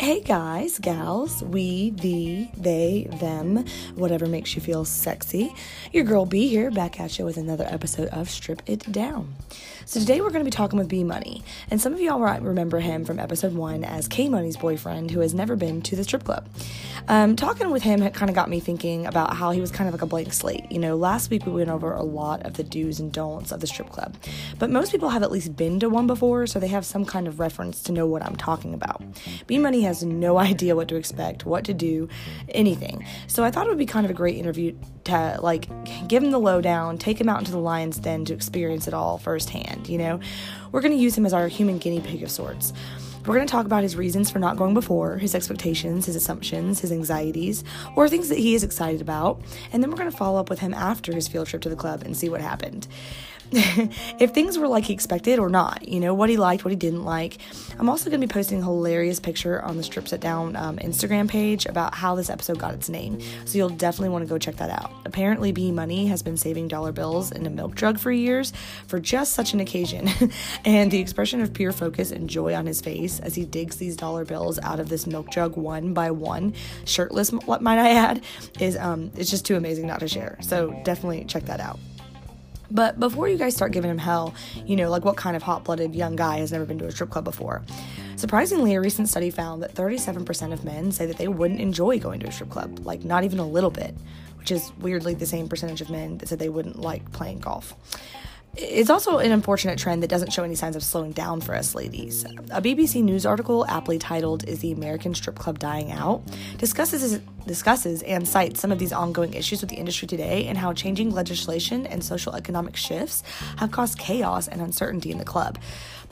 Hey guys, gals, we, the, they, them, whatever makes you feel sexy. Your girl B here, back at you with another episode of Strip It Down. So today we're going to be talking with B Money, and some of y'all might remember him from episode one as K Money's boyfriend who has never been to the strip club. Um, talking with him had kind of got me thinking about how he was kind of like a blank slate. You know, last week we went over a lot of the do's and don'ts of the strip club, but most people have at least been to one before, so they have some kind of reference to know what I'm talking about. B Money has has no idea what to expect, what to do, anything. So I thought it would be kind of a great interview to like give him the lowdown, take him out into the lion's den to experience it all firsthand, you know? We're going to use him as our human guinea pig of sorts. We're going to talk about his reasons for not going before, his expectations, his assumptions, his anxieties, or things that he is excited about. And then we're going to follow up with him after his field trip to the club and see what happened. if things were like he expected or not, you know, what he liked, what he didn't like. I'm also going to be posting a hilarious picture on the Strip Sit Down um, Instagram page about how this episode got its name. So you'll definitely want to go check that out. Apparently, B Money has been saving dollar bills in a milk jug for years for just such an occasion. and the expression of pure focus and joy on his face as he digs these dollar bills out of this milk jug one by one, shirtless, what might I add, is um, it's just too amazing not to share. So definitely check that out. But before you guys start giving him hell, you know, like what kind of hot blooded young guy has never been to a strip club before? Surprisingly, a recent study found that 37% of men say that they wouldn't enjoy going to a strip club, like not even a little bit, which is weirdly the same percentage of men that said they wouldn't like playing golf. It's also an unfortunate trend that doesn't show any signs of slowing down for us ladies. A BBC News article, aptly titled Is the American Strip Club Dying Out?, discusses, discusses and cites some of these ongoing issues with the industry today and how changing legislation and social economic shifts have caused chaos and uncertainty in the club.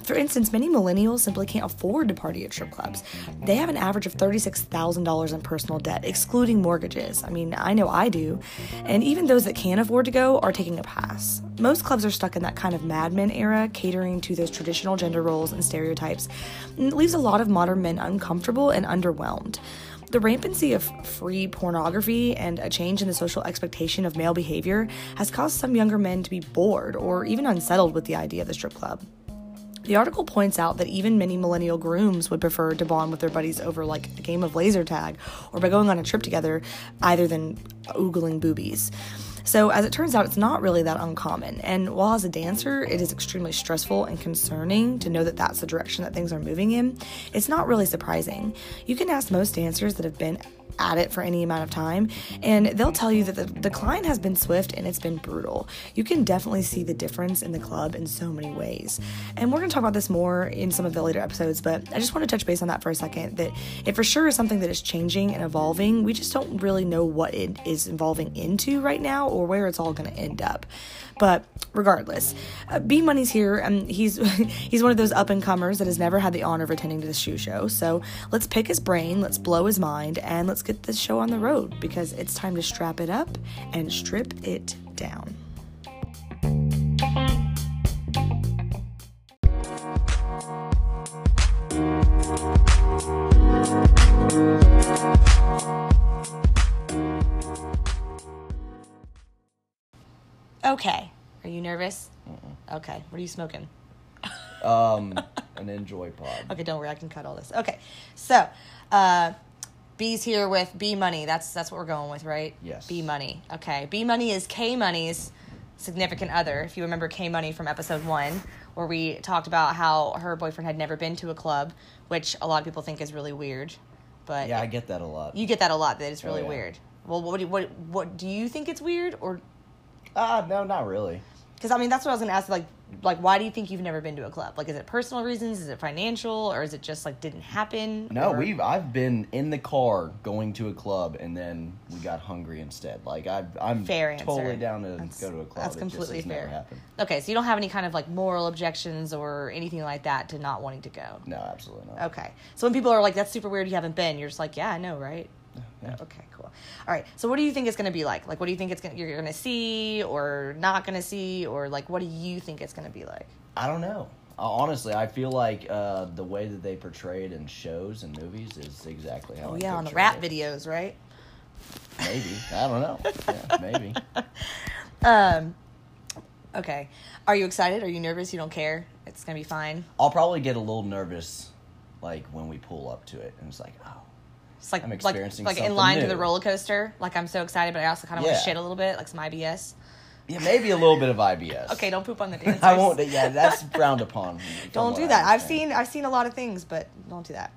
For instance, many millennials simply can't afford to party at strip clubs. They have an average of $36,000 in personal debt, excluding mortgages. I mean, I know I do. And even those that can afford to go are taking a pass. Most clubs are stuck in that kind of madman era, catering to those traditional gender roles and stereotypes. And it leaves a lot of modern men uncomfortable and underwhelmed the rampancy of free pornography and a change in the social expectation of male behavior has caused some younger men to be bored or even unsettled with the idea of the strip club. The article points out that even many millennial grooms would prefer to bond with their buddies over like a game of laser tag or by going on a trip together, either than oogling boobies. So, as it turns out, it's not really that uncommon. And while as a dancer, it is extremely stressful and concerning to know that that's the direction that things are moving in, it's not really surprising. You can ask most dancers that have been at it for any amount of time, and they'll tell you that the decline has been swift and it's been brutal. You can definitely see the difference in the club in so many ways. And we're going to talk about this more in some of the later episodes, but I just want to touch base on that for a second that it for sure is something that is changing and evolving. We just don't really know what it is evolving into right now or where it's all going to end up. But regardless, uh, B Money's here, and he's he's one of those up and comers that has never had the honor of attending to the shoe show. So let's pick his brain, let's blow his mind, and let's get this show on the road because it's time to strap it up and strip it down. Okay. Are you nervous? Okay. What are you smoking? Um, an enjoy pod. Okay, don't worry. I can cut all this. Okay. So, uh, B's here with B Money. That's that's what we're going with, right? Yes. B Money. Okay. B Money is K Money's significant other. If you remember K Money from episode one, where we talked about how her boyfriend had never been to a club, which a lot of people think is really weird, but Yeah, I get that a lot. you get that a lot. That it's really yeah. weird. Well, what do you, what what do you think it's weird or Ah, no, not really. Because I mean, that's what I was gonna ask. Like, like, why do you think you've never been to a club? Like, is it personal reasons? Is it financial? Or is it just like didn't happen? No, Or- we've I've been in the car going to a club and then we got hungry instead. Like I, I'm Fair answer. totally down to That's- go to a club. That's It just completely has fair. Never happened. Okay, so you don't have any kind of like moral objections or anything like that to not wanting to go. No, absolutely not. Okay, so when people are like, "That's super weird," you haven't been. You're just like, "Yeah, I know, right?" Yeah. Okay, cool. All right. So, what do you think it's going to be like? Like, what do you think it's gonna, you're going to see, or not going to see, or like, what do you think it's going to be like? I don't know. Uh, Honestly, I feel like uh, the way that they portray it in shows and movies is exactly how. Oh I yeah, on the picture rap it. videos, right? Maybe I don't know. Yeah, maybe. Okay. Are you excited? Are you nervous? You don't care? It's going to be fine. I'll probably get a little nervous, like when we pull up to it, and it's like, oh, It's like I'm like- experiencing like, in something line to new. the roller coaster. Like I'm so excited, but I also kind of want Yeah. to shit a little bit, like some IBS. yeah, maybe a little bit of IBS. Okay, don't poop on the dancers. I won't. Yeah, that's frowned upon. from Don't what do I that. I've understand. seen I've seen a lot of things, but don't do that.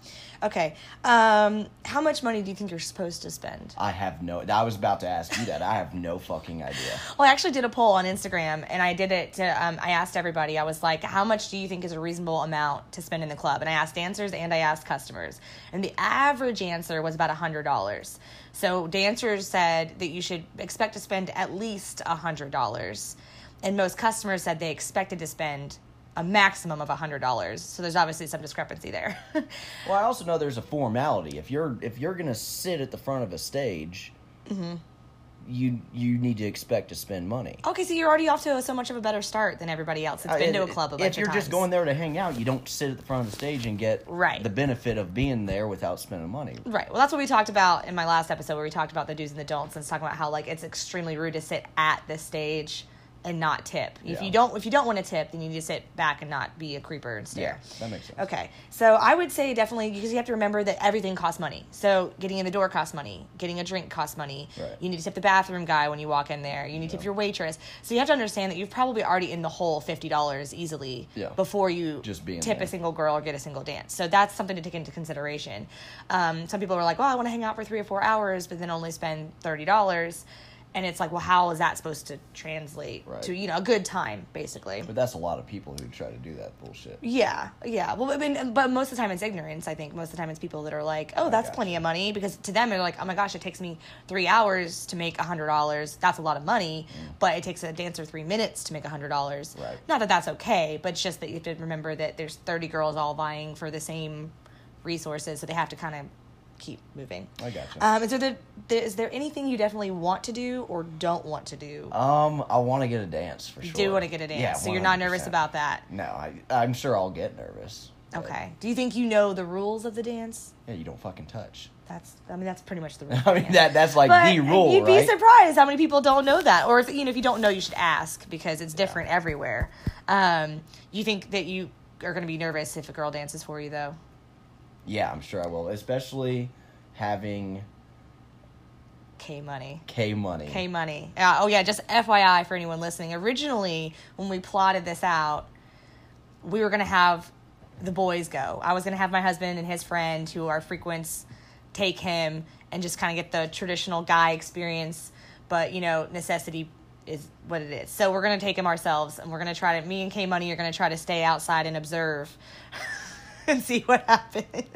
Okay. Um, how much money do you think you're supposed to spend? I have no. I was about to ask you that. I have no fucking idea. Well, I actually did a poll on Instagram, and I did it. To, um, I asked everybody. I was like, "How much do you think is a reasonable amount to spend in the club?" And I asked dancers and I asked customers, and the average answer was about hundred dollars. So dancers said that you should expect to spend at least hundred dollars, and most customers said they expected to spend a maximum of hundred dollars. So there's obviously some discrepancy there. Well, I also know there's a formality. If you're if you're gonna sit at the front of a stage, Mm-hmm. you you need to expect to spend money. okay, so you're already off to so much of a better start than everybody else. It's been to a club a bunch Uh, If you're of just times. going there to hang out, you don't sit at the front of the stage and get Right. the benefit of being there without spending money. Right. Well, that's what we talked about in my last episode where we talked about the do's and the don'ts and talking about how like it's extremely rude to sit at the stage and not tip. If Yeah. you don't if you don't want to tip, then you need to sit back and not be a creeper and stare. Yeah, that makes sense. Okay. So I would say definitely because you have to remember that everything costs money. So getting in the door costs money. Getting a drink costs money. Right. You need to tip the bathroom guy when you walk in there. You need to tip your waitress. So you have to understand that you've probably already in the hole fifty dollars easily Yeah. before you Just being tip there. a single girl or get a single dance. So that's something to take into consideration. Um, some people are like, well, I want to hang out for three or four hours, but then only spend thirty dollars. And it's like, well, how is that supposed to translate Right. to you know a good time, basically? But that's a lot of people who try to do that bullshit. Yeah, yeah. Well, I mean, but most of the time it's ignorance. I think most of the time it's people that are like, "Oh, that's gotcha. plenty of money," because to them they're like, "Oh my gosh, it takes me three hours to make a hundred dollars. That's a lot of money." But it takes a dancer three minutes to make a hundred dollars. Mm. Right. Not that that's okay, but it's just that you have to remember that there's thirty girls all vying for the same resources, so they have to kind of keep moving. I gotcha. Um, is there, the, there is there anything you definitely want to do or don't want to do? Um, I want to get a dance for sure. do want to get a dance, Yeah, so you're not nervous 100%. about that. No, I, I'm sure I'll get nervous. but, Okay. Do you think you know the rules of the dance? Yeah, you don't fucking touch. That's. I mean, that's pretty much the rule. of I the mean, dance. that that's like But the rule, You'd right? be surprised how many people don't know that, or if, you know, if you don't know, you should ask because it's different everywhere. Um, you think that you are going to be nervous if a girl dances for you, though. Yeah, I'm sure I will. Especially having K money. K money. K money. Uh, oh yeah, just FYI for anyone listening. Originally, when we plotted this out, we were gonna have the boys go. I was gonna have my husband and his friend, who are frequents, take him and just kind of get the traditional guy experience. But you know, necessity is what it is. So we're gonna take him ourselves, and we're gonna try to. Me and K Money are gonna try to stay outside and observe, and see what happens.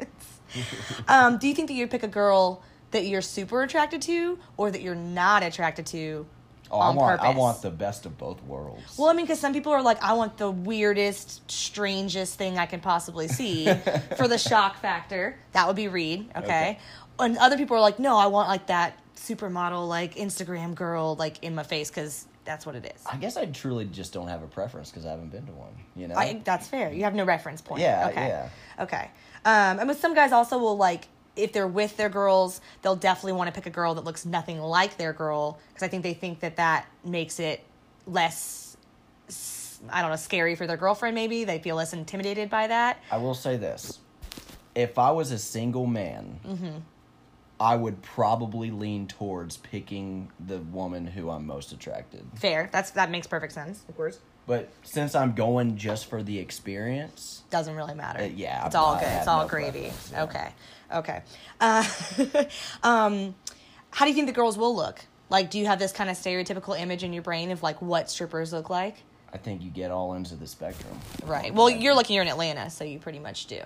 Um, do you think that you'd pick a girl that you're super attracted to or that you're not attracted to Oh, I on want purpose? I want the best of both worlds. Well, I mean, because some people are like, I want the weirdest, strangest thing I can possibly see for the shock factor. That would be Reed, okay? Okay. And other people are like, no, I want like that supermodel, like Instagram girl, like in my face, because that's what it is. I guess I truly just don't have a preference because I haven't been to one. You know, I, that's fair. You have no reference point. Yeah, Okay. yeah. Okay. Um, and with some guys also will like if they're with their girls, they'll definitely want to pick a girl that looks nothing like their girl because I think they think that that makes it less. s- I don't know, scary for their girlfriend. Maybe they feel less intimidated by that. I will say this: if I was a single man, Mm-hmm. I would probably lean towards picking the woman who I'm most attracted. Fair. That's that makes perfect sense. Of course, But since I'm going just for the experience, doesn't really matter. Uh, yeah, it's I- all I good. have It's all no gravy. preference, yeah. Okay, okay. Uh, um, how do you think the girls will look? Like, do you have this kind of stereotypical image in your brain of like what strippers look like? I think you get all ends of the spectrum. Right. Well, you're lucky you're in Atlanta, so you pretty much do.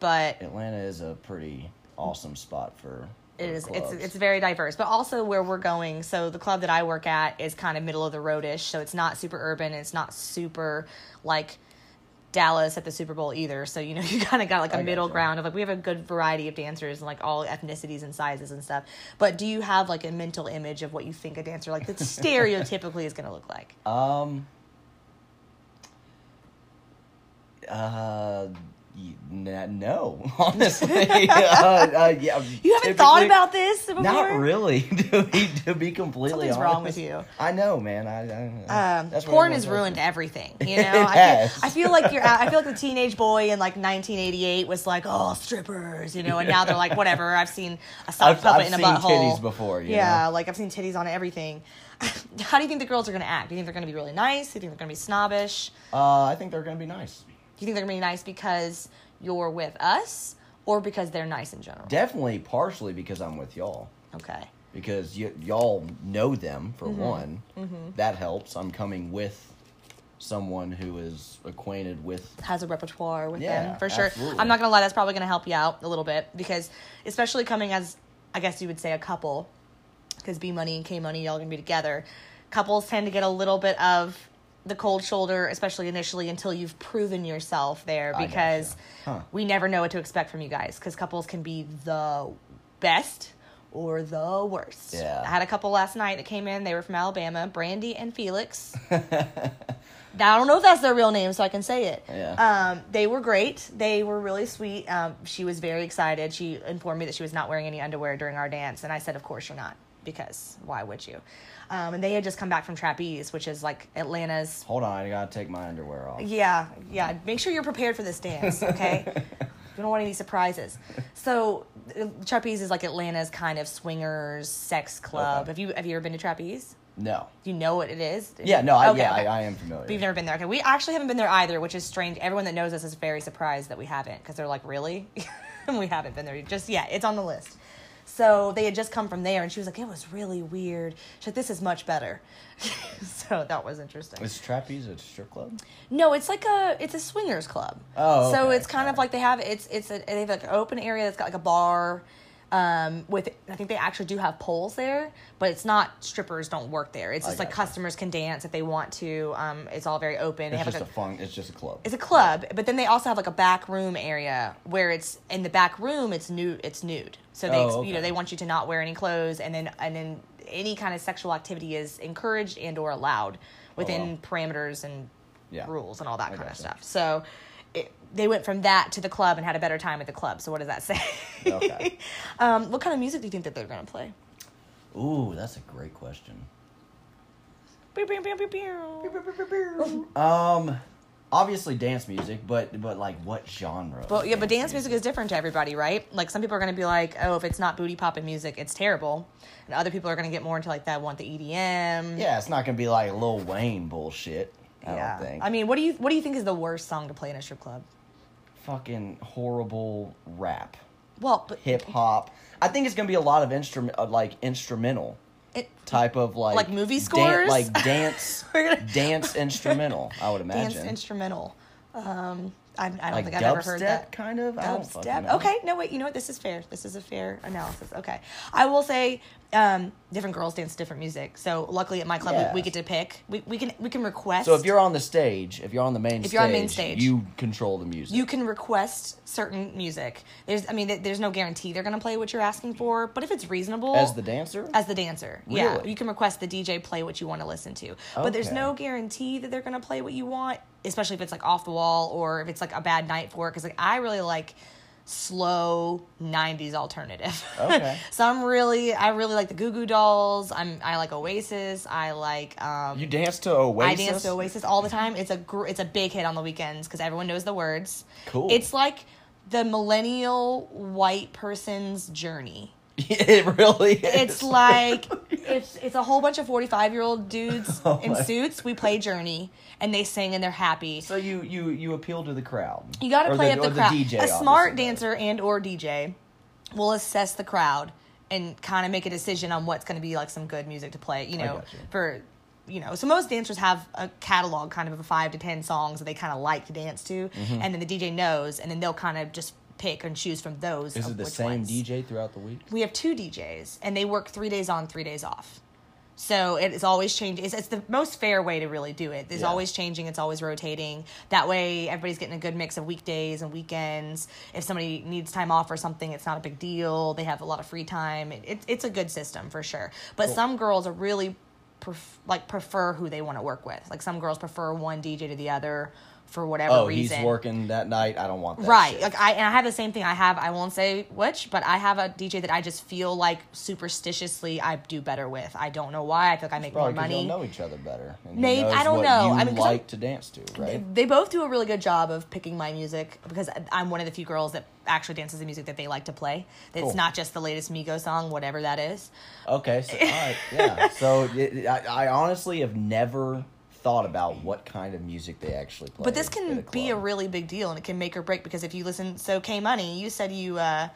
But Atlanta is a pretty awesome spot for. for it is it's clubs. it's very diverse. But also where we're going, so the club that I work at is kind of middle of the roadish, so it's not super urban, it's not super like Dallas at the Super Bowl either. So you know you kind of got like a I middle gotcha. ground of like we have a good variety of dancers and like all ethnicities and sizes and stuff. But do you have like a mental image of what you think a dancer like that stereotypically is going to look like? Um. Uh, Y- n- no, honestly. uh, uh, yeah, You haven't thought typically- about this before? Not really, to be, to be completely Something's honest. wrong with you. I know, man. I, I don't know. Um, That's what everyone porn has tells ruined me. everything. You know, It I, has. feel, I feel like you're. out- I feel like the teenage boy in like 1988 was like, "Oh, strippers," you know, and now they're like, "Whatever." I've seen a sock I've- puppet I've in a seen butthole titties before, you yeah, know? like I've seen titties on everything. How do you think the girls are going to act? Do you think they're going to be really nice? Do you think they're going to be snobbish? Uh, I think they're going to be nice. Do you think they're going to be nice because you're with us, or because they're nice in general? Definitely, partially because I'm with y'all. okay. Because y- y'all know them, for Mm-hmm. one. That helps. I'm coming with someone who is acquainted with. has a repertoire with Yeah, them for sure. absolutely. I'm not gonna lie, that's probably gonna help you out a little bit because, especially coming as I guess you would say a couple, because B Money and K Money y'all gonna be together. Couples tend to get a little bit of the cold shoulder, especially initially, until you've proven yourself there I because gotcha. Huh. we never know what to expect from you guys because couples can be the best. Or the worst. Yeah. I had a couple last night that came in. They were from Alabama, Brandy and Felix. Now, I don't know if that's their real name, so I can say it. Yeah. Um, they were great. They were really sweet. Um, she was very excited. She informed me that she was not wearing any underwear during our dance, and I said, "Of course you're not, because why would you?" Um, and they had just come back from trapeze, which is like Atlanta's. Hold on, I gotta take my underwear off. Yeah, yeah. Make sure you're prepared for this dance, okay? you don't want any surprises. So uh, trapeze is like Atlanta's kind of swingers sex club. Okay. Have you have you ever been to trapeze? No. Do you know what it is? Yeah, no, I, Okay, yeah, okay. I, I am familiar. We've never been there. Okay, we actually haven't been there either, which is strange. Everyone that knows us is very surprised that we haven't because they're like, really? and we haven't been there just yet. It's on the list. So they had just come from there, and she was like, it was really weird. She's like, this is much better. so that was interesting. Is trapeze a strip club? No, it's like a it's a swingers club. Oh, so okay. it's kind of like they have it's it's a, they have like an open area that's got like a bar. Um, with I think they actually do have poles there, but it's not strippers don't work there. It's I just like gotcha. customers can dance if they want to. Um, it's all very open. they It's have just like a fun. It's just a club. it's a club, but then they also have like a back room area where it's in the back room. It's nude. It's nude. So they, Oh, ex you know, okay. they want you to not wear any clothes, and then and then any kind of sexual activity is encouraged and or allowed within Oh, wow. parameters and Yeah. rules and all that kind of gotcha. stuff. So it, they went from that to the club and had a better time at the club. So what does that say? Okay. um, what kind of music do you think that they're going to play? Ooh, that's a great question. Pew, pew, pew, pew, pew. Um, obviously dance music, but but like what genre? Well, yeah, but dance music is different to everybody, right? Like some people are going to be like, "Oh, if it's not booty popping music, it's terrible," and other people are going to get more into like that want the E EDM. Yeah, it's not gonna be like Lil Wayne bullshit. I don't think. I mean, what do you what do you think is the worst song to play in a strip club? fucking horrible rap, Well, but hip hop. I think it's gonna be a lot of instrument, uh, like instrumental it, type of like Like movie dan- scores? like dance, We're gonna- dance instrumental. I would dance imagine. instrumental. Um, I, I don't like think I've ever dubstep, heard that. kind of. I don't fucking Dubstep. know. Okay, no wait. You know what? This is fair. This is a fair analysis. Okay, I will say, um, different girls dance to different music. So luckily at my club, Yeah. we, we get to pick. We, we can we can request. So if you're on the stage, if you're on the main, If stage, you're on main stage, you control the music. you can request certain music. There's, I mean, th- there's no guarantee they're going to play what you're asking for, but if it's reasonable, as the dancer, as the dancer, yeah, Really? you can request the DJ play what you want to listen to, but there's Okay. no guarantee that they're going to play what you want, especially if it's like off the wall or if it's like a bad night for it. Because like I really like slow '90s alternative. Okay. so I'm really, I really like the Goo Goo Dolls. I'm, I like Oasis. I like. Um, you dance to Oasis. I dance to Oasis all the time. It's a gr- it's a big hit on the weekends because everyone knows the words. Cool. It's like the millennial white person's journey. it really is. It's like it's it's a whole bunch of forty five year old dudes Oh in my- suits. We play Journey and they sing and they're happy. So you you you appeal to the crowd. You got to Or play the, up the or crowd. DJ, a smart obviously. dancer and or DJ will assess the crowd and kind of make a decision on what's going to be like some good music to play. You know, gotcha. for you know, so most dancers have a catalog, kind of a five to ten songs that they kind of like to dance to, Mm-hmm. and then the DJ knows, and then they'll kind of just pick and choose from those. Is of it the which same ones. DJ throughout the week? We have two DJs, and they work three days on, three days off. So it is always changing. It's, it's the most fair way to really do it. It's Yeah. always changing. It's always rotating. That way, everybody's getting a good mix of weekdays and weekends. If somebody needs time off or something, it's not a big deal. They have a lot of free time. It, it, it's a good system for sure. But some girls are really pref- like prefer who they want to work with. Like some girls prefer one DJ to the other for whatever Oh, reason. he's working that night. I don't want that. Right. shit. Like I and I have the same thing. I have I won't say which, but I have a DJ that I just feel like superstitiously I do better with. I don't know why. I feel like I make Probably more 'cause money. y'all know each other better. and he Maybe- I knows don't what know. You I mean, 'cause I'm- like to dance to, right? They both do a really good job of picking my music because I- I'm one of the few girls that actually dances the music that they like to play. It's Cool. not just the latest Migo song, whatever that is. Okay, so all right, yeah. So it, I, I honestly have never thought about what kind of music they actually play. But this at can be a club. really big deal and it can make or break because if you listen, so K Money, you said you uh,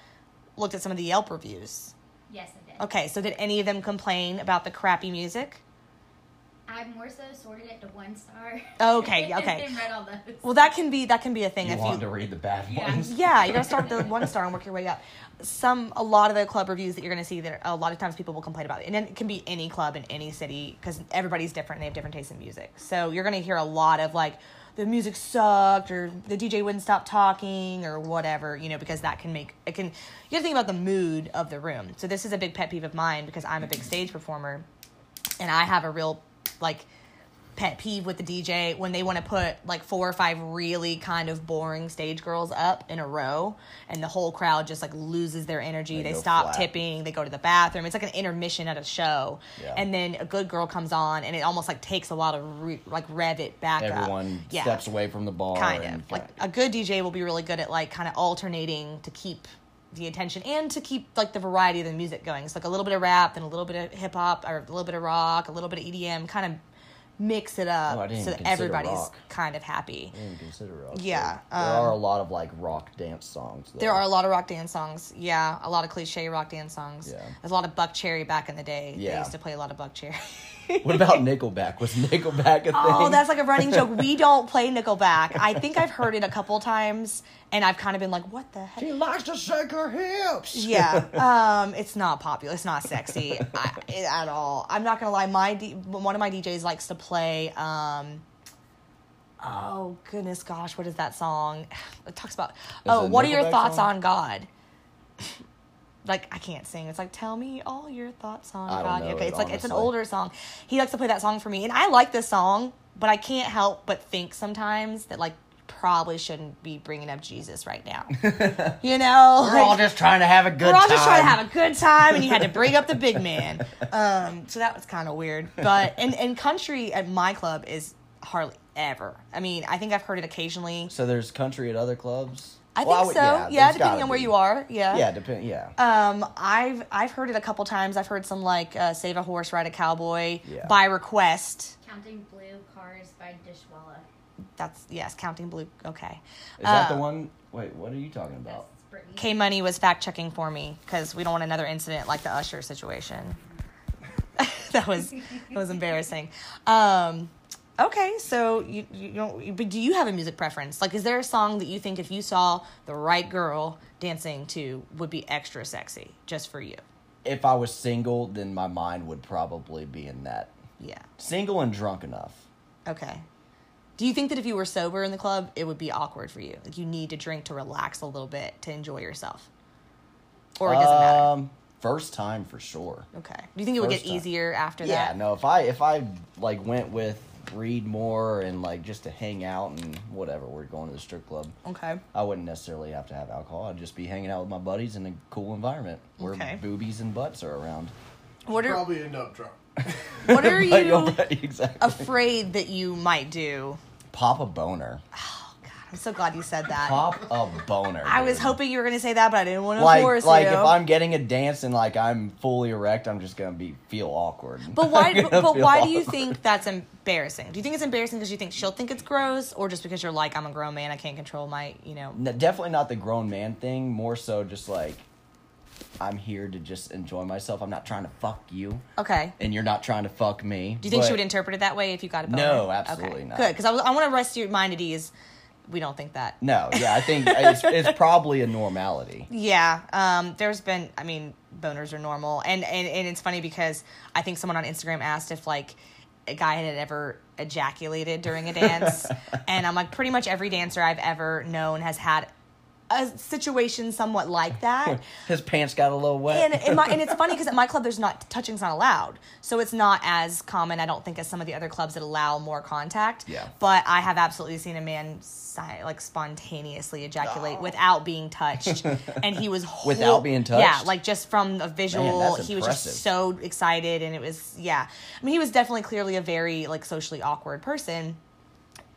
looked at some of the Yelp reviews. Yes, I did. Okay, so did any of them complain about the crappy music? I more so sorted it to one star. Oh, Okay, okay. and read all those. Well, that can be that can be a thing You if want you to read the bad Yeah. ones? Yeah, you gotta start with the one star and work your way up. Some, a lot of the club reviews that you're gonna see, that a lot of times people will complain about, it. and then it can be any club in any city because everybody's different. and They have different tastes in music, so you're gonna hear a lot of like the music sucked or the DJ wouldn't stop talking or whatever, you know, because that can make it can. You have to think about the mood of the room. So this is a big pet peeve of mine because I'm a big stage performer, and I have a real like pet peeve with the DJ when they want to put like four or five really kind of boring stage girls up in a row and the whole crowd just like loses their energy. They, They go stop flat. tipping, they go to the bathroom. It's like an intermission at a show. Yeah. And then a good girl comes on and it almost like takes a while to re- like rev it back up. Everyone Yeah steps away from the bar. kind and of like uh, a good dj will be really good at like kind of alternating to keep the attention and to keep like the variety of the music going so like a little bit of rap then a little bit of hip-hop or a little bit of rock a little bit of E edm kind of mix it up Oh, I didn't so even that consider everybody's rock. Mm. kind of happy I didn't consider rock. Yeah, There um, are a lot of like rock dance songs. Though. there are a lot of rock dance songs yeah a lot of cliche rock dance songs Yeah. there's a lot of buck cherry back in the day they Yeah. used to play a lot of buck cherry What about Nickelback? Was Nickelback a thing? Oh, that's like a running joke. We don't play Nickelback. I think I've heard it a couple times, and I've kind of been like, "What the heck?" She likes to shake her hips. Yeah, um, it's not popular. It's not sexy I, at all. I'm not gonna lie. My D, one of my DJs likes to play. Um, oh goodness, gosh, what is that song? It talks about. oh, it a what are your Nickelback thoughts song? on God? Like I can't sing. It's like tell me all your thoughts on I don't God. know okay, it, it's like it's an honestly. older song. He likes to play that song for me, and I like this song, but I can't help but think sometimes that like probably shouldn't be bringing up Jesus right now. you know, We're all Like- just trying to have a good we're all time. just trying to have a good time, and you had to bring up the big man. Um, so that was kind of weird. But and and country at my club is hardly ever. I mean, I think I've heard it occasionally. So there's country at other clubs. I Well, think would- so. Yeah, there's depending gotta on where be. you are. Yeah. Yeah, depend. Yeah. Um, I've I've heard it a couple times. I've heard some like uh, "Save a Horse, Ride a Cowboy" Yeah. by request. Counting Blue Cars by Dishwalla. That's yes, Counting Blue. Okay. Is that Uh, the one? Wait, what are you talking about? That's Brittany. K Money was fact checking for me because we don't want another incident like the Usher situation. that was that was embarrassing. Um, okay, so you you don't, but do you have a music preference? Like, is there a song that you think if you saw the right girl dancing to would be extra sexy just for you? If I was single, then my mind would probably be in that. Yeah. Single and drunk enough. Okay. Do you think that if you were sober in the club, it would be awkward for you? Like, you need to drink to relax a little bit to enjoy yourself, or it doesn't matter. um, First time for sure. Okay. Do you think it would get first time. easier after Yeah. that? No, if I if I like went with read more and like just to hang out and whatever, we're going to the strip club. Okay. I wouldn't necessarily have to have alcohol. I'd just be hanging out with my buddies in a cool environment where Okay. boobies and butts are around. What are Probably end up drunk. what are But you'll- you exactly afraid that you might do? pop a boner? I'm so glad you said that. Pop a boner. I was dude. hoping you were gonna say that, but I didn't want to like force like you. if I'm getting a dance and like I'm fully erect, I'm just gonna be feel awkward. but why? I'm But, gonna but feel why do you awkward. think that's embarrassing? Do you think it's embarrassing because you think she'll think it's gross, or just because you're like, I'm a grown man, I can't control my, you know? No, definitely not the grown man thing. More so, just like I'm here to just enjoy myself. I'm not trying to fuck you, Okay. and you're not trying to fuck me. Do you think she but- would interpret it that way if you got a boner? No, absolutely okay. not. Good, because I, was- I want to rest your mind at ease. We don't think that. No, yeah, I think it's, it's probably a normality. Yeah, um, there's been. I mean, boners are normal, and, and and it's funny because I think someone on Instagram asked if like a guy had ever ejaculated during a dance, and I'm like, pretty much every dancer I've ever known has had a situation somewhat like that. His pants got a little wet. and in my, and it's funny because at my club there's not touching's not allowed, so it's not as common I don't think as some of the other clubs that allow more contact. Yeah. But I have absolutely seen a man si- like spontaneously ejaculate without being touched, and he was hor- Oh. Without being Yeah, touched? like just from a visual, that's he was just impressive. so excited, and it was yeah. I mean, he was definitely clearly a very like socially awkward person.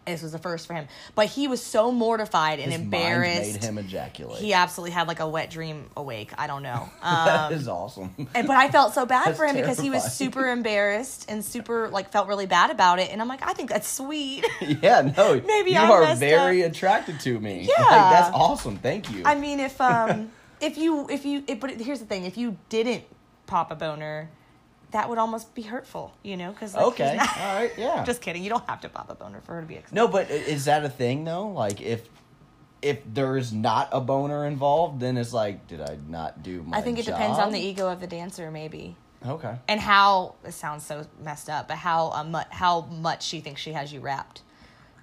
This was the first for him, but he was so mortified and His mind embarrassed. made him ejaculate. he absolutely had like a wet dream awake. I don't know. Um, that is awesome. and, but I felt so bad for him because he was terrifying. super embarrassed and super like felt really bad about it. And I'm like, I think that's sweet. yeah, no. Maybe you I are messed very attracted to me. Yeah. Yeah. that's awesome. Thank you. I mean, if um, if you if you it, but here's the thing: if you didn't pop a boner, that would almost be hurtful, you know? Because like, he's okay. Ah. not- All right. Yeah. just kidding. You don't have to pop a boner for her to be excited. No, but i- is that a thing though? Like if if there is not a boner involved, then it's like, did I not do my? I think it depends on the e- job? ego of the dancer, maybe. Okay. and how it sounds so messed up, but how uh, mu- how much she thinks she has you wrapped.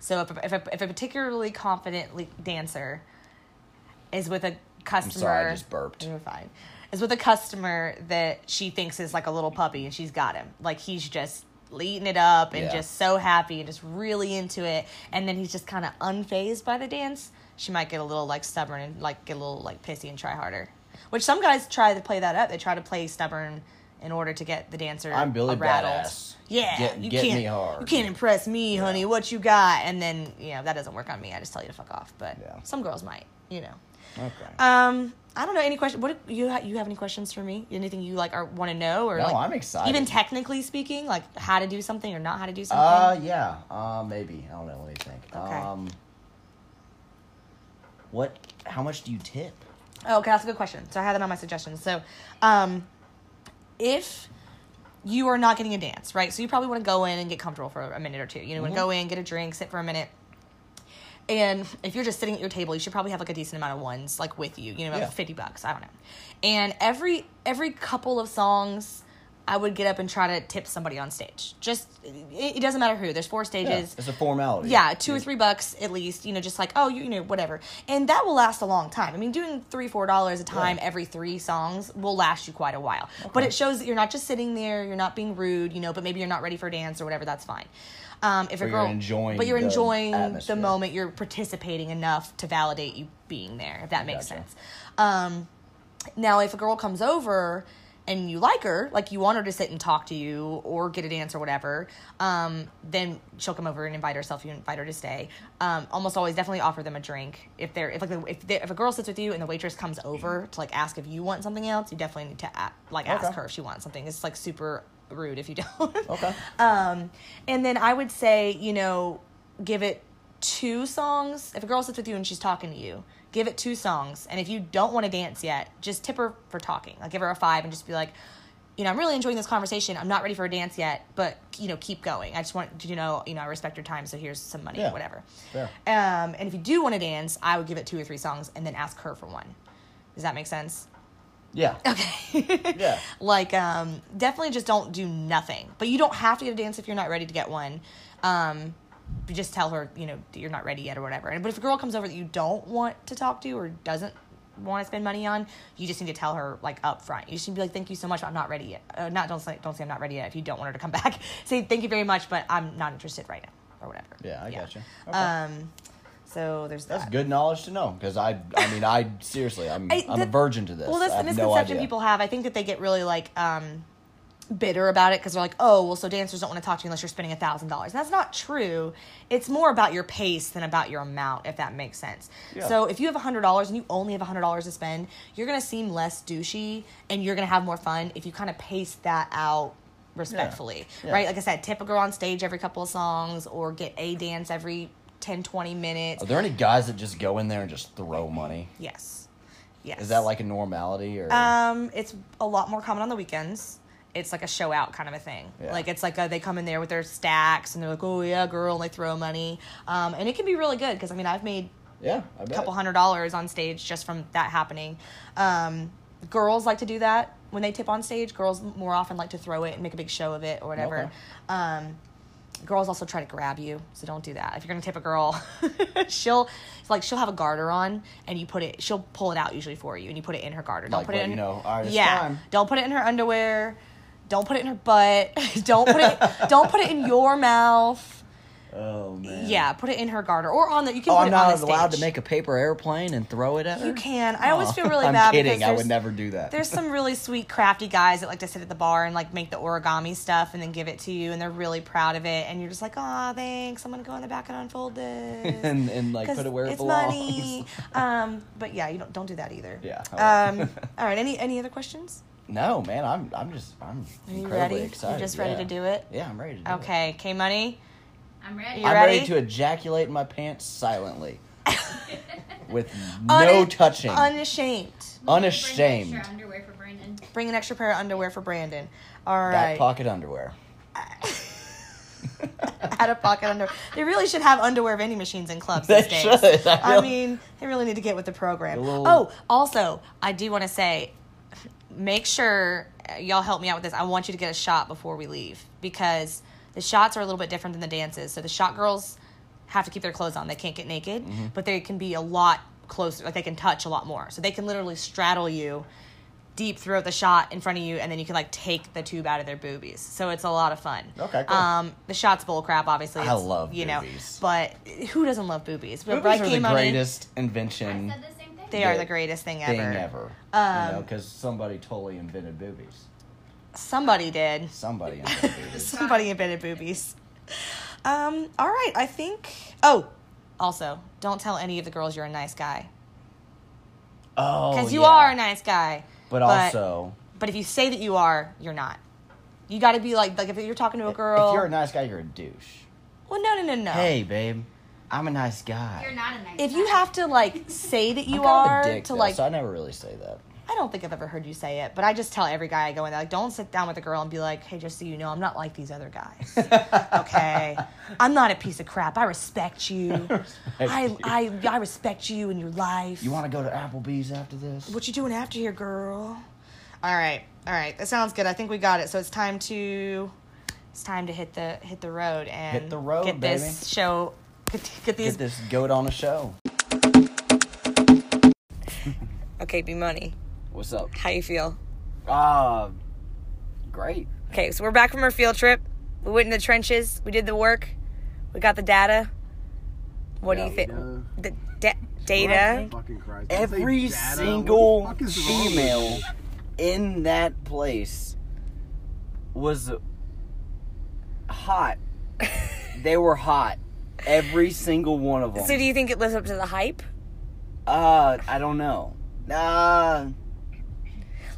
So if a, if a, if a particularly confident le- dancer is with a customer, sorry, I just burped. You're fine. Is with a customer that she thinks is like a little puppy, and she's got him. Like he's just eating it up and Yeah. just so happy and just really into it, and then he's just kind of unfazed by the dance. She might get a little like stubborn and like get a little like pissy and try harder. Which some guys try to play that up. They try to play stubborn in order to get the dancer I'm Billy rattled. Badass. Yeah, Get- you get can't, me hard. You can't impress me, honey. What you got? And then you know that doesn't work on me. I just tell you to fuck off. But Yeah. some girls might, you know. Okay. Um, I don't know any question. What do you ha- you have any questions for me? Anything you like or want to know or No, like, I'm excited. Even technically speaking, like how to do something or not how to do something. Uh, yeah. Uh, maybe. I don't know. What do you think? Okay. Um, what? How much do you tip? Oh, okay, that's a good question. So I had that on my suggestions. So, um, if you are not getting a dance, right? So you probably want to go in and get comfortable for a minute or two. You know, want to go Mm-hmm. in, get a drink, sit for a minute. And if you're just sitting at your table, you should probably have like a decent amount of ones like with you. You know, about Yeah. fifty bucks. I don't know. And every every couple of songs, I would get up and try to tip somebody on stage. Just it, it doesn't matter who. There's four Yeah, stages. it's a formality. Yeah, two or three bucks at least. You know, just like oh, you, you know, whatever, and that will last a long time. I mean, doing three, four dollars a time Yeah. every three songs will last you quite a while. But it shows that you're not just sitting there, you're not being rude, you know. But maybe you're not ready for a dance or whatever. That's fine. Um, if a But girl, you're enjoying but you're the enjoying the atmosphere. moment, you're participating enough to validate you being there. If that makes Gotcha. sense. Um, now, if a girl comes over and you like her, like you want her to sit and talk to you or get a dance or whatever, um, then she'll come over and invite herself. You invite her to stay. Um, almost always, definitely offer them a drink. If they're if like the- if, they, if a girl sits with you and the waitress comes over to like ask if you want something else, you definitely need to a like ask Okay. her if she wants something. It's like super rude if you don't. Okay. Um, and then I would say, you know, give it two songs. If a girl sits with you and she's talking to you, give it two songs. And if you don't want to dance yet, just tip her for talking. Like give her a five and just be like, you know, I'm really enjoying this conversation. I'm not ready for a dance yet, but you know, keep going. I just want you to know, you know, I respect your time, so here's some money, Yeah. whatever. Yeah. Um, and if you do want to dance, I would give it two or three songs and then ask her for one. Does that make sense? Yeah. Okay. Yeah. like um definitely just don't do nothing but you don't have to get a dance if you're not ready to get one um you just tell her you know that you're not ready yet or whatever And but if a girl comes over that you don't want to talk to or doesn't want to spend money on you just need to tell her like up front you should be like thank you so much i'm not ready yet uh, not don't say don't say i'm not ready yet if you don't want her to come back say thank you very much but i'm not interested right now or whatever Yeah, I gotcha. Okay. um so there's That's that. good knowledge to know because I, I mean, I seriously, I'm, I, I- am i am a that- virgin to this. Well, that's I the have no misconception idea. people have. I think that they get really like um, bitter about it because they're like, oh, well, so dancers don't want to talk to you unless you're spending a thousand dollars. That's not true. It's more about your pace than about your amount, if that makes sense. Yeah. So if you have a hundred dollars and you only have a hundred dollars to spend, you're gonna seem less douchey and you're gonna have more fun if you kind of pace that out respectfully Yeah. right like i said tip a girl on stage every couple of songs or get a dance every 10 20 minutes Are there any guys that just go in there and just throw money? yes yes Is that like a normality or? Um, it's a lot more common on the weekends. It's like a show out kind of a thing. Yeah. Like it's like uh they come in there with their stacks and they're like, oh yeah, girl, and they throw money. Um, and it can be really good because I mean I've made yeah, I bet. a couple hundred dollars on stage just from that happening. Um, girls like to do that when they tip on stage. Girls more often like to throw it and make a big show of it or whatever. Okay. Um, girls also try to grab you, so don't do that. If you're gonna tip a girl, she'll like she'll have a garter on, and you put it. She'll pull it out usually for you, and you put it in her garter. Don't Like, put it let in. you know, all right, it's yeah, time. don't put it in her underwear. Don't put it in her butt. don't put it. don't put it in your mouth. Oh man. Yeah, put it in her garter or on the. You can. Oh, put I'm it not on the allowed stage. to make a paper airplane and throw it at her. You can. I always Oh, feel really I'm bad. kidding. because I there's- would never do that. There's some really sweet, crafty guys that like to sit at the bar and like make the origami stuff and then give it to you, and they're really proud of it. And you're just like, "Aw, thanks. I'm gonna go in the back and unfold this and and like 'Cause put it where it it's belongs. money." um, but yeah, you don't don't do that either. Yeah, I Um, all right. Any any other questions? No, man, I'm I'm just I'm you incredibly ready? You're excited. just ready yeah. to do it? Yeah, I'm ready to do it. Okay, K Money. I'm ready. You're I'm right. ready? ready? to ejaculate in my pants silently. With Una- no touching. Unashamed. We need to bring unashamed. Extra underwear for Brandon. Bring an extra pair of underwear for Brandon. All right. Back pocket underwear. out of pocket underwear. They really should have underwear vending machines in clubs They these days. should. I I, know. mean, they really need to get with the program. A little- Oh, also, I do want to say, make sure uh, y'all help me out with this. I want you to get a shot before we leave because the shots are a little bit different than the dances. So the shot girls have to keep their clothes on. They can't get naked, Mm-hmm. but they can be a lot closer. Like they can touch a lot more. So they can literally straddle you. Deep throat the shot in front of you, and then you can like take the tube out of their boobies. So it's a lot of fun. Okay, cool. Um, the shots bull crap, obviously. I It's, love you boobies. know, but who doesn't love boobies? But Boobies are Reiki the Money, greatest I invention said the same thing. They are Yeah. the greatest thing thing ever. Um, ever. you know, because somebody totally invented boobies. Somebody did. Somebody invented boobies. Somebody invented boobies. Um, all right, I think. Oh, also, don't tell any of the girls you're a nice guy Oh, because you yeah. are a nice guy. But also, but if you say that you are, you're not. You got to be like, like if you're talking to a girl. if you're a nice guy, you're a douche. well, no, no, no, no. Hey, babe, I'm a nice guy. You're not a nice. If you guy. have to like say that I'm you kind are of a dick, to though, like so I never really say that. I don't think I've ever heard you say it, but I just tell every guy I go in there, like, don't sit down with a girl and be like, hey, just so you know, I'm not like these other guys. okay. I'm not a piece of crap. I respect you. I, you. I, I respect you and your life. You want to go to Applebee's after this? what you doing after here, girl? All right. All right. That sounds good. I think we got it. So it's time to it's time to hit the hit the road and Hit the road, get this show get, get these Get this goat on a show. Okay, be money. What's up? How you feel? Ah, great. Okay, so we're back from our field trip. We went in the trenches. We did the work. We got the data. What do you think? Data. The da- data. Fucking Christ. Don't say Eh? Every data. single What the fuck is wrong with female you? in that place was hot. they were hot. Every single one of them. So do you think it lives up to the hype? uh, I don't know. Uh,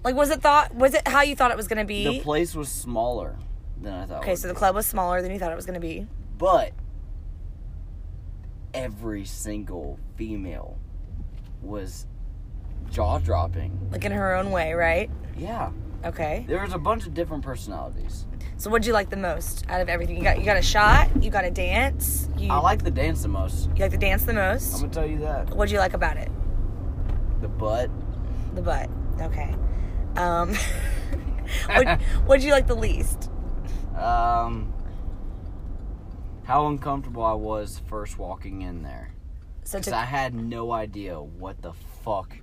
Like, was it thought? Was it how you thought it was going to the be? place was smaller than I thought. it Okay, would so the be. club was smaller than you thought it was going to be. but every single female was jaw dropping. Like in her own way, right? Yeah, Okay. there was a bunch of different personalities. So what'd you like the most out of everything? You got you got a shot. You got a dance. You I like the dance the most. you like the dance the I'm most. gonna tell you that. What'd you like about it? The butt. The butt. Okay. Um. what what'd you like the least? Um, how uncomfortable I was first walking in there. So Because I had no idea what the fuck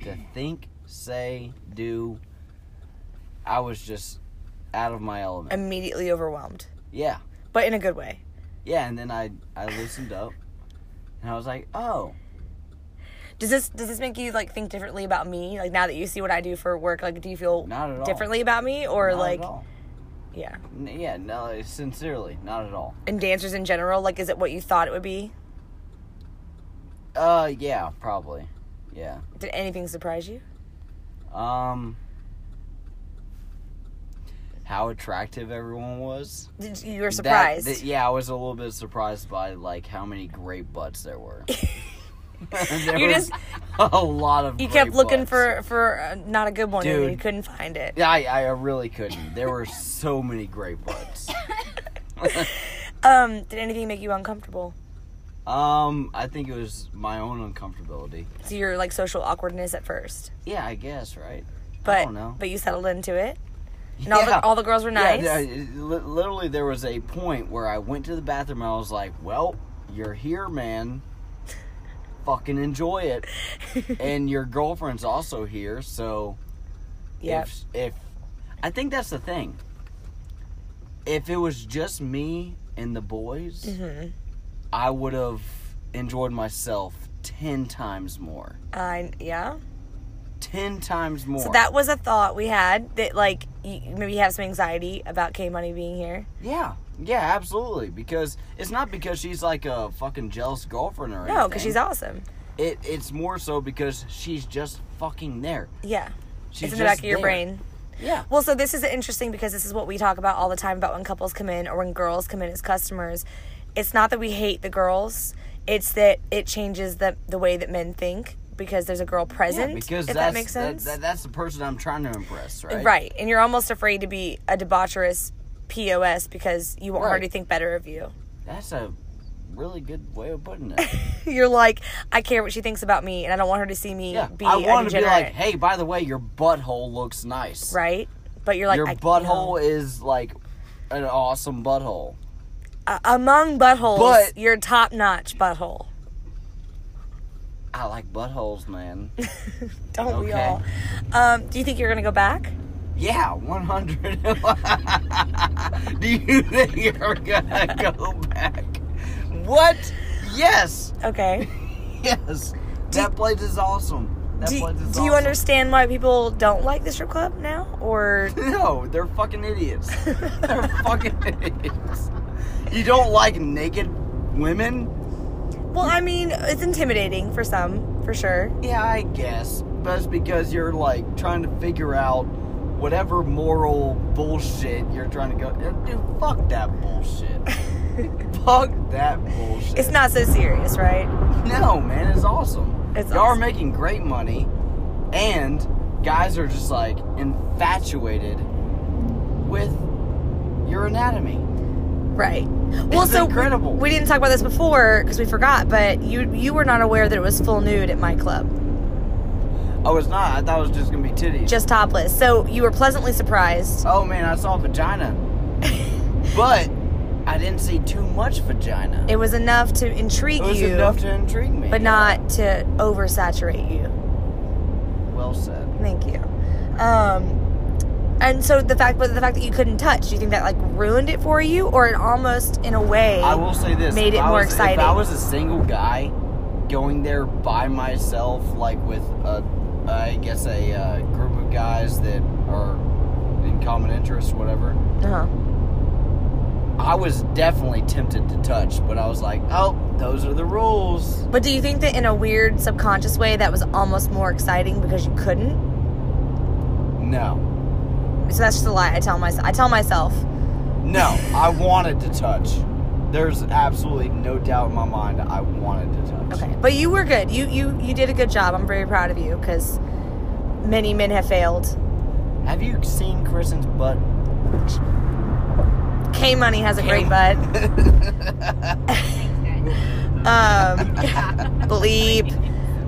to think, say, do. I was just out of my element. immediately overwhelmed, Yeah. but in a good way. Yeah, and then I, I loosened up. And I was like, oh, Does this does this make you like think differently about me? Like now that you see what I do for work, like do you feel Not at all. differently about me or not like at all. yeah? N- Yeah, no, sincerely, not at all. And dancers in general, like is it what you thought it would be? Uh, yeah, probably. Yeah. Did anything surprise you? Um, how attractive everyone was. Did you were That- surprised? that- yeah, I was a little bit surprised by like how many great butts there were. There You was just- a lot of. you great kept looking butts. for for uh, not a good one and you Dude. couldn't find it. Yeah, I, I really couldn't. There were so many great butts. Um, did anything make you uncomfortable? Um, I think it was my own uncomfortability. So your like social awkwardness at first, Yeah, I guess right. but don't know. but you settled into it. and all the Yeah. all the girls were nice. Yeah, yeah, it- li- literally, there was a point where I went to the bathroom and I was like, "Well, you're here, man. Fucking enjoy it." and your girlfriend's also here, so Yep. if if I think that's the thing. If it was just me and the boys, Mm-hmm. I would have enjoyed myself ten times more. I yeah. Ten times more. So that was a thought we had that like you, maybe you have some anxiety about K Money being here. Yeah, yeah, absolutely. Because it's not because she's like a fucking jealous girlfriend or No, because Oh, she's anything. awesome. It, it's more so because she's just fucking there. Yeah. She's it's in the back just of your there. brain. Yeah. Well, so this is interesting because this is what we talk about all the time about when couples come in or when girls come in as customers. It's not that we hate the girls; it's that it changes the the way that men think because there's a girl Yeah, present. because if that's, that makes sense, That, that, that's the person I'm trying to impress, right? right. And you're almost afraid to be a debaucherous pos because you want her Right. to think better of you. That's a really good way of putting it. You're like, I care what she thinks about me, and I don't want her to see me Yeah. be I a want to be like, degenerate. hey, by the way, your butthole looks nice. right? But you're like, your I- butthole no. is like an awesome butthole. Uh, among buttholes, But- you're top notch butthole. I like buttholes, man. Don't we Okay. all? Um, do you think you're gonna go back? Yeah, 100. Do you think you're gonna go back? What? Yes, Okay. yes. that place is awesome. That do place is do you awesome. understand why people don't like the strip club now? Or No, they're fucking idiots. they're fucking idiots. You don't like naked women? well, I mean, it's intimidating for some, for sure. Yeah, I guess. But it's because you're like trying to figure out whatever moral bullshit you're trying to go. eh, Dude, fuck that bullshit. fuck that bullshit. It's not so serious, right? No, man, it's awesome. It's Y'all awesome. are making great money, and guys are just like infatuated with your anatomy. Right. Well, It's so incredible. we didn't talk about this before because we forgot, but you you were not aware that it was full nude at my club, I was Oh, not. I thought it was just gonna be titties. just topless. So you were pleasantly surprised. oh man, I saw vagina, but I didn't see too much vagina. It was enough to intrigue It was you, enough to intrigue me. but not to oversaturate you. well said. Thank you. Um, and so the fact, but the fact that you couldn't touch, do you think that like ruined it for you, or it almost in a way? I will say this made if it I more was- exciting. If I was a single guy going there by myself, like with a, I guess a uh, group of guys that are in common interests, whatever. Uh-huh. I was definitely tempted to touch, but I was like, oh, those are the rules. But do you think that in a weird subconscious way that was almost more exciting because you couldn't? No, So that's just a lie. I tell myself. I tell myself. no, I wanted to touch. There's absolutely no doubt in my mind I wanted to touch. Okay. But you were good. You you you did a good job. I'm very proud of you because many men have failed. Have you seen Kristen's butt? K Money has a great butt. um, bleep.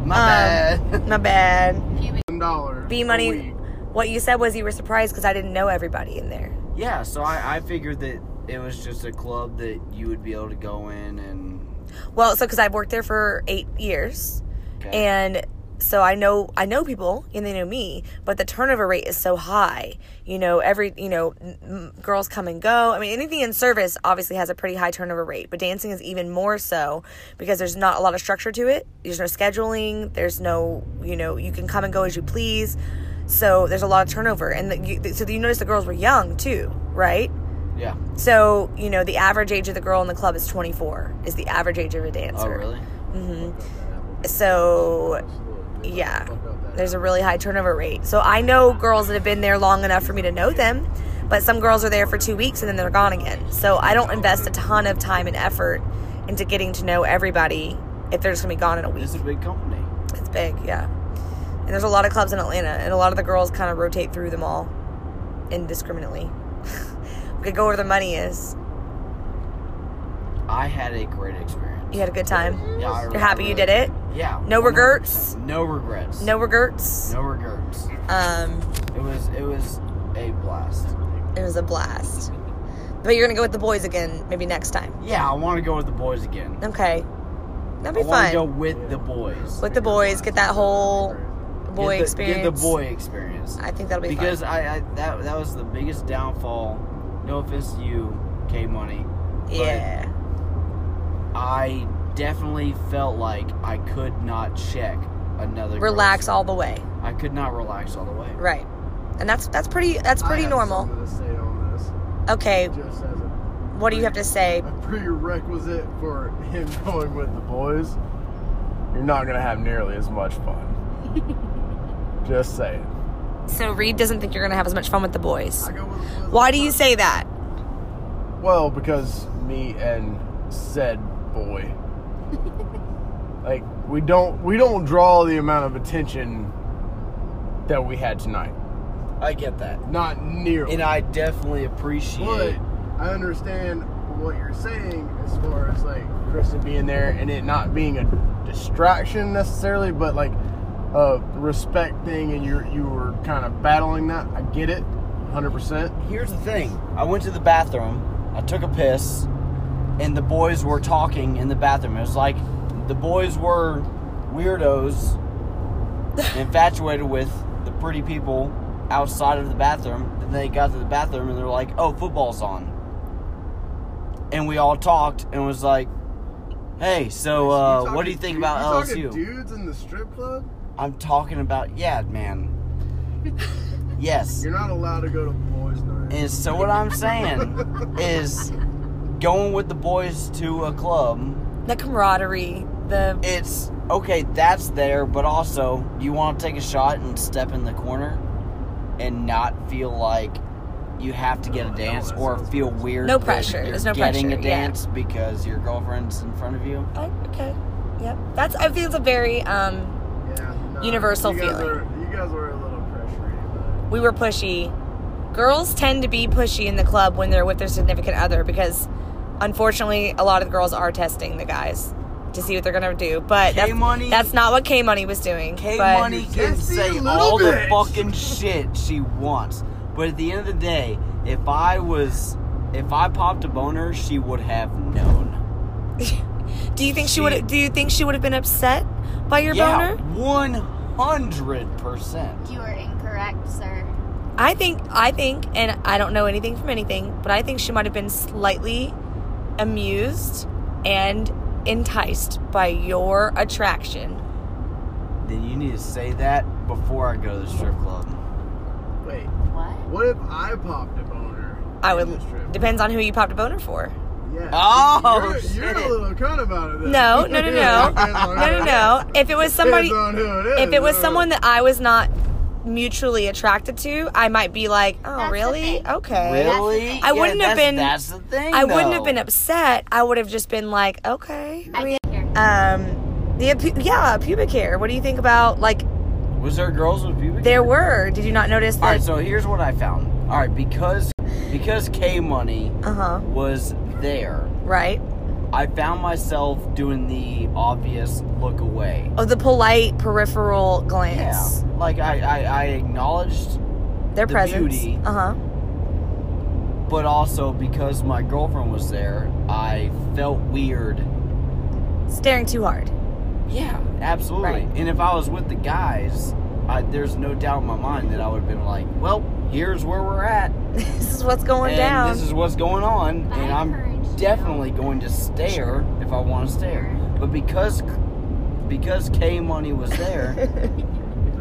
My Um, bad. My bad. dollars. B money. What you said was you were surprised because I didn't know everybody in there. Yeah, so I, I figured that it was just a club that you would be able to go in and. Well, so because I've worked there for eight years, Okay. and so I know I know people and they know me, but the turnover rate is so high. You know, every you know, m- m- girls come and go. I mean, anything in service obviously has a pretty high turnover rate, but dancing is even more so because there's not a lot of structure to it. There's no scheduling. There's no you know you can come and go as you please. So there's a lot of turnover, and the, you, so you notice the girls were young too, right? yeah. So, you know, the average age of the girl in the club is 24, is the average age of a dancer. Oh, really? So, yeah, there's a really high turnover rate. So, I know girls that have been there long enough for me to know them, but some girls are there for two weeks and then they're gone again. So, I don't invest a ton of time and effort into getting to know everybody if they're just gonna be gone in a week. This is a big company. It's big, yeah. And there's a lot of clubs in Atlanta, and a lot of the girls kind of rotate through them all indiscriminately. we could go where the money is. I had a great experience. You had a good time. Yeah, I You're happy you did it? Yeah. No regrets? 100%. No regrets. No regrets. No regrets. Um, It was it was a blast. It was a blast. But you're gonna go with the boys again, maybe next time. Yeah, I want to go with the boys again. Okay, that'd I be want fun. to go with the boys. with the boys, get that whole boy get the, experience. Get the boy experience. I think that'll be because fun. I, I that that was the biggest downfall. No offense to you, K Money. but- yeah. I definitely felt like I could not check another. Relax girl's- all the way. I could not relax all the way. Right. And that's that's pretty that's pretty normal. i have something to say on this. Okay, Just as a what do you have to say? a prerequisite for him going with the boys, you're not gonna have nearly as much fun. Just saying. So Reed doesn't think you're gonna have as much fun with the boys. go with the boys. Why do you say that? Well, because me and said boy, like we don't we don't draw the amount of attention that we had tonight. I get that, Not nearly. and I definitely appreciate. But I understand what you're saying as far as like Kristen being there and it not being a distraction necessarily, but like a respect thing, and you are you were kind of battling that. I get it, hundred percent. Here's the thing. I went to the bathroom. I took a piss, and the boys were talking in the bathroom. It was like the boys were weirdos, infatuated with the pretty people outside of the bathroom. Then they got to the bathroom and they're like, "Oh, football's on," and we all talked and was like, "Hey, so uh, what do you think about LSU?" Dudes in the strip club, I'm talking about yeah, man. yes. you're not allowed to go to boys' night. Is so what I'm saying is going with the boys to a club. The camaraderie, the It's okay, that's there, but also you want to take a shot and step in the corner and not feel like you have to get a dance that or sounds feel weird. No that pressure, you're there's no getting pressure, a yeah. dance because your girlfriend's in front of you. oh, okay. Yep. That's I think it's a very um yeah, nah, universal you guys feeling. Are, you guys were a little pressury, but. we were pushy. Girls tend to be pushy in the club when they're with their significant other because unfortunately a lot of the girls are testing the guys to see what they're gonna do. But that's, K-Money- that's not what K Money was doing. K but- Money can Just be a say little all bitch. the fucking shit she wants, but at the end of the day, if I was, if I popped a boner, she would have known. Do you think she, She- would? Do you think she would have been upset by your yeah, boner? one hundred percent. You are incorrect, sir. I think. I think, and I don't know anything from anything, but I think she might have been slightly amused and enticed by your attraction. Then you need to say that before I go to the strip club. Wait, What? what if I popped a boner? I in would. the strip? Depends on who you popped a boner for. Yeah. Oh, you're, you're shit. a little cunt about it. Then. No, no, no, no, Depends no, on no, who- no. If it was depends somebody, on who it if is, it was uh, someone that I was not mutually attracted to, I might be like, "Oh, That's the really? thing. Okay." Really? thing. I wouldn't have that's- been- That's the thing. I wouldn't have though. been upset. I would have just been like, okay. I I mean, get here. um, the pu- yeah, pubic hair. What do you think about like Was there girls with pubic? there were? Did you not notice All right, that? so here's what I found. All right, because because K Money Uh huh. was there, Right. I found myself doing the obvious look away. Oh, the polite peripheral Yeah. glance. Like I, I, I acknowledged, Their The presence. beauty. Uh huh. but also because my girlfriend was there, I felt weird. Staring too hard. Yeah, absolutely. Right. And if I was with the guys, I, there's no doubt in my mind that I would have been like, well, here's where we're at, this is what's going and down. this is what's going on, I and encourage I'm you. definitely going to stare if I want to stare. But because because K Money was there,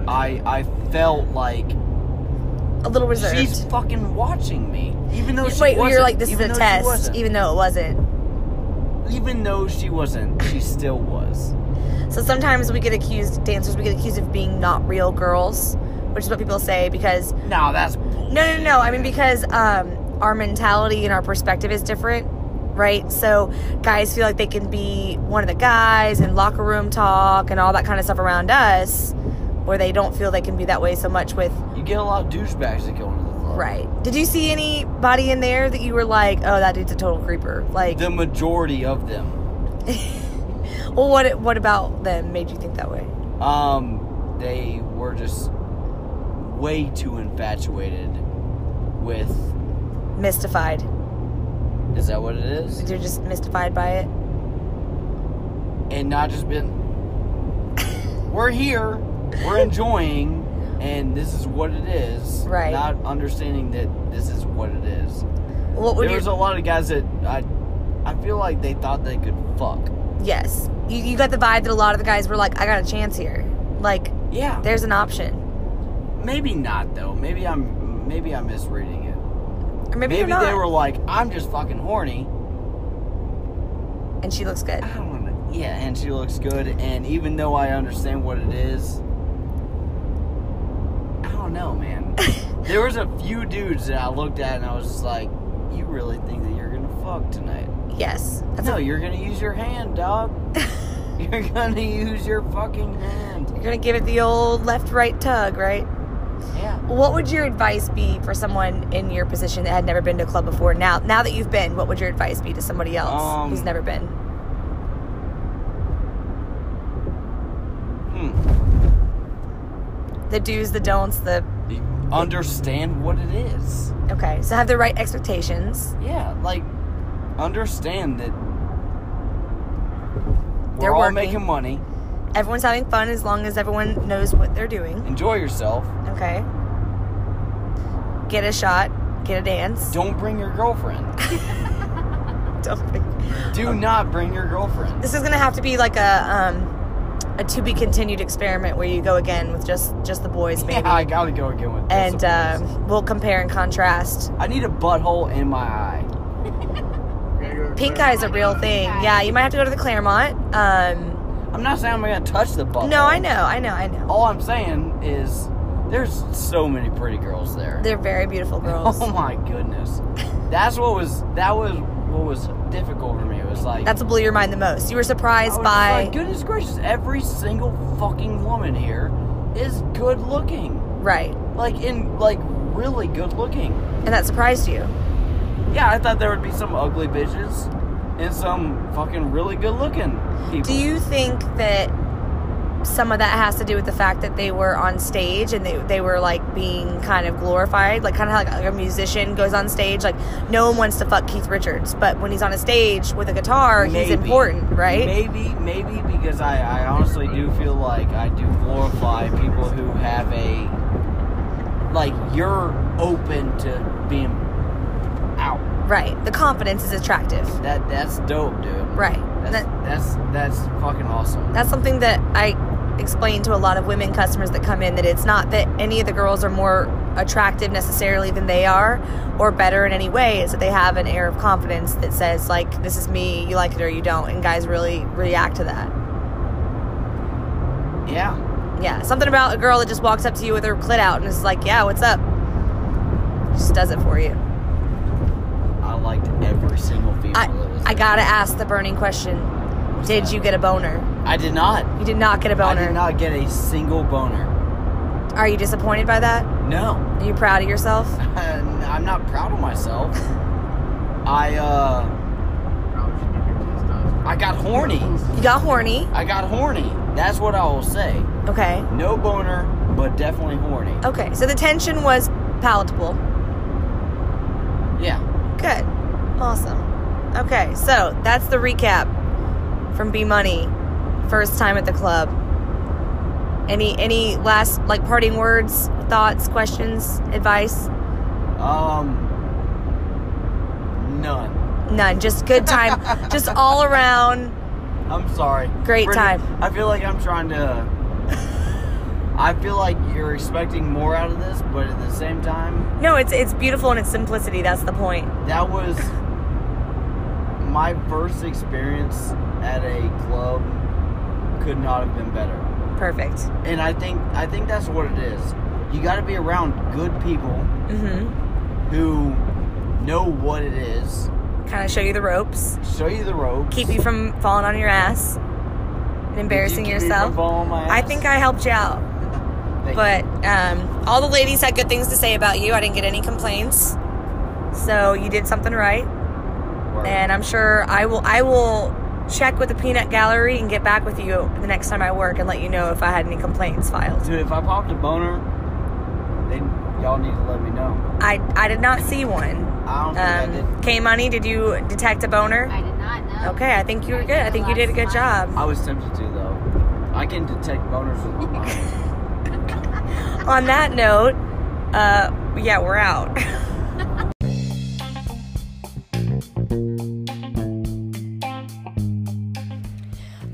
I I felt like a little reserved. She's fucking watching me, even though she Wait, wasn't. you're like this is even a though she test, wasn't. even though it wasn't. even though she wasn't, she still was. So sometimes we get accused, dancers, we get accused of being not real girls, which is what people say because No, that's bull- No, no, no. I mean, because um, our mentality and our perspective is different, right? So guys feel like they can be one of the guys and locker room talk and all that kind of stuff around us, where they don't feel they can be that way so much with. you get a lot of douchebags that go into the club. Right. Did you see anybody in there that you were like, oh, that dude's a total creeper? Like, The majority of them, well, what what about them made you think that way? um, they were just way too infatuated with mystified. Is that what it is? You're just mystified by it. And not just been. We're here. We're enjoying, and this is what it is. Right. Not understanding that this is what it is. What would There's a you? lot of guys that I, I feel like they thought they could fuck. yes, you, you got the vibe that a lot of the guys were like, "I got a chance here." Like, Yeah. there's an option, Maybe not though. Maybe I'm. Maybe I'm misreading it. or maybe, you're Maybe not. they were like, I'm just fucking horny. and she looks good. I don't know. Yeah, and she looks good. And even though I understand what it is, I don't know, man. there was a few dudes that I looked at and I was just like, you really think that you're gonna fuck tonight? Yes, that's no, you're gonna use your hand, dog. you're gonna use your fucking hand. You're gonna give it the old left-right tug, right? Yeah. What would your advice be for someone in your position that had never been to a club before? Now, now that you've been, what would your advice be to somebody else Um, who's never been? Hmm. The do's, the don'ts, the You Understand what it is. okay. So have the right expectations. Yeah, like understand that we're They're all working. making money. Everyone's having fun as long as everyone knows what they're doing. Enjoy yourself. Okay. Get a shot. Get a dance. Don't bring your girlfriend. Don't think- Do not bring your girlfriend. This is gonna have to be like a um, a to be continued experiment where you go again with just just the boys, maybe. Yeah, I gotta go again with this. and of course. um, we'll compare and contrast. I need a butthole in my eye. Gotta go to Pink Claire. eye is a real thing. Yeah, you might have to go to the Claremont. Um, I'm not saying I'm gonna touch the butthole. no, I know, I know, I know. All I'm saying is there's so many pretty girls there. They're very beautiful girls. Oh my goodness. That's what was that was what was difficult for me. It was like That's what blew your mind the most. You were I was surprised just by like, goodness gracious, every single fucking woman here is good looking. right, Like in like really good looking. and that surprised you. Yeah, I thought there would be some ugly bitches and some fucking really good looking people. Do you think that some of that has to do with the fact that they were on stage and they, they were like being kind of glorified, like kind of like a musician goes on stage? Like no one wants to fuck Keith Richards, but when he's on a stage with a guitar, he's Maybe. important, right? Maybe, maybe because I, I honestly do feel like I do glorify people who have a like you're open to being out. Right. The confidence is attractive. That that's dope, dude. Right. That's That, that's that's fucking awesome. that's something that I explain to a lot of women customers that come in that it's not that any of the girls are more attractive necessarily than they are or better in any way is that they have an air of confidence that says like this is me you like it or you don't and guys really react to that Yeah. yeah something about a girl that just walks up to you with her clit out and is like yeah what's up just does it for you I liked every single female i that was i there. gotta ask the burning question did you get a boner I did not. you did not get a I did boner not get a single boner. are you disappointed by that No. Are you proud of yourself? And I'm not proud of myself. I uh Probably should give your kids those. I got horny. You got horny. I got horny. That's what I will say. Okay. No boner, but definitely horny. Okay. So the tension was palatable. Yeah. Good. Awesome. Okay. So that's the recap from B Money. First time at the club. Any any last like parting words, thoughts, questions, advice? Um none. None. Just good time. just all around. I'm sorry. Great Brittany, time. I feel like I'm trying to I feel like you're expecting more out of this, but at the same time, No, it's it's beautiful in its simplicity. That's the point. that was my first experience at a club could not have been better. Perfect. and I think I think that's what it is. You got to be around good people Mm-hmm. who know what it is, Kind of show you the ropes. show you the ropes, Keep you from falling on your ass and embarrassing Keep me from yourself. falling on my I ass. think I helped you out. Thank But um, all the ladies had good things to say about you. I didn't get any complaints. So you did something right, you. Word. and I'm sure I will. I will check with the peanut gallery and get back with you the next time I work and let you know if I had any complaints filed. dude, if I popped a boner, they y'all need to let me know. I I did not see one. I don't Um, think I did. K Money, did you detect a boner? I did not know. Okay, I think you were good. I think you did a good job. I was tempted to though. I can detect boners with my mind. On that note, uh, yeah, we're out.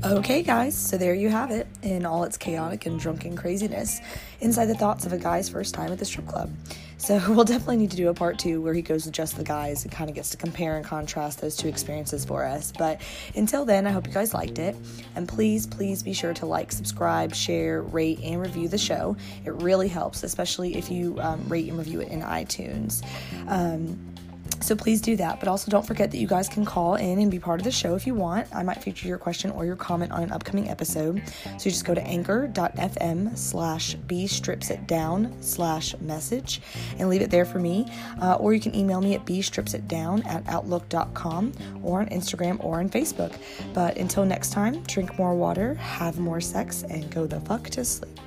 Okay, guys, so there you have it in all its chaotic and drunken craziness inside the thoughts of a guy's first time at the strip club. So, we'll definitely need to do a part two where he goes with just the guys and kind of gets to compare and contrast those two experiences for us. But until then, I hope you guys liked it. And please, please be sure to like, subscribe, share, rate, and review the show. It really helps, especially if you um, rate and review it in iTunes. Um, so please do that. But also don't forget that you guys can call in and be part of the show if you want. I might feature your question or your comment on an upcoming episode. So you just go to anchor.fm slash b strips it down slash message and leave it there for me. Uh, or you can email me at b strips it down at outlook.com or on Instagram or on Facebook. But until next time, drink more water, have more sex, and go the fuck to sleep.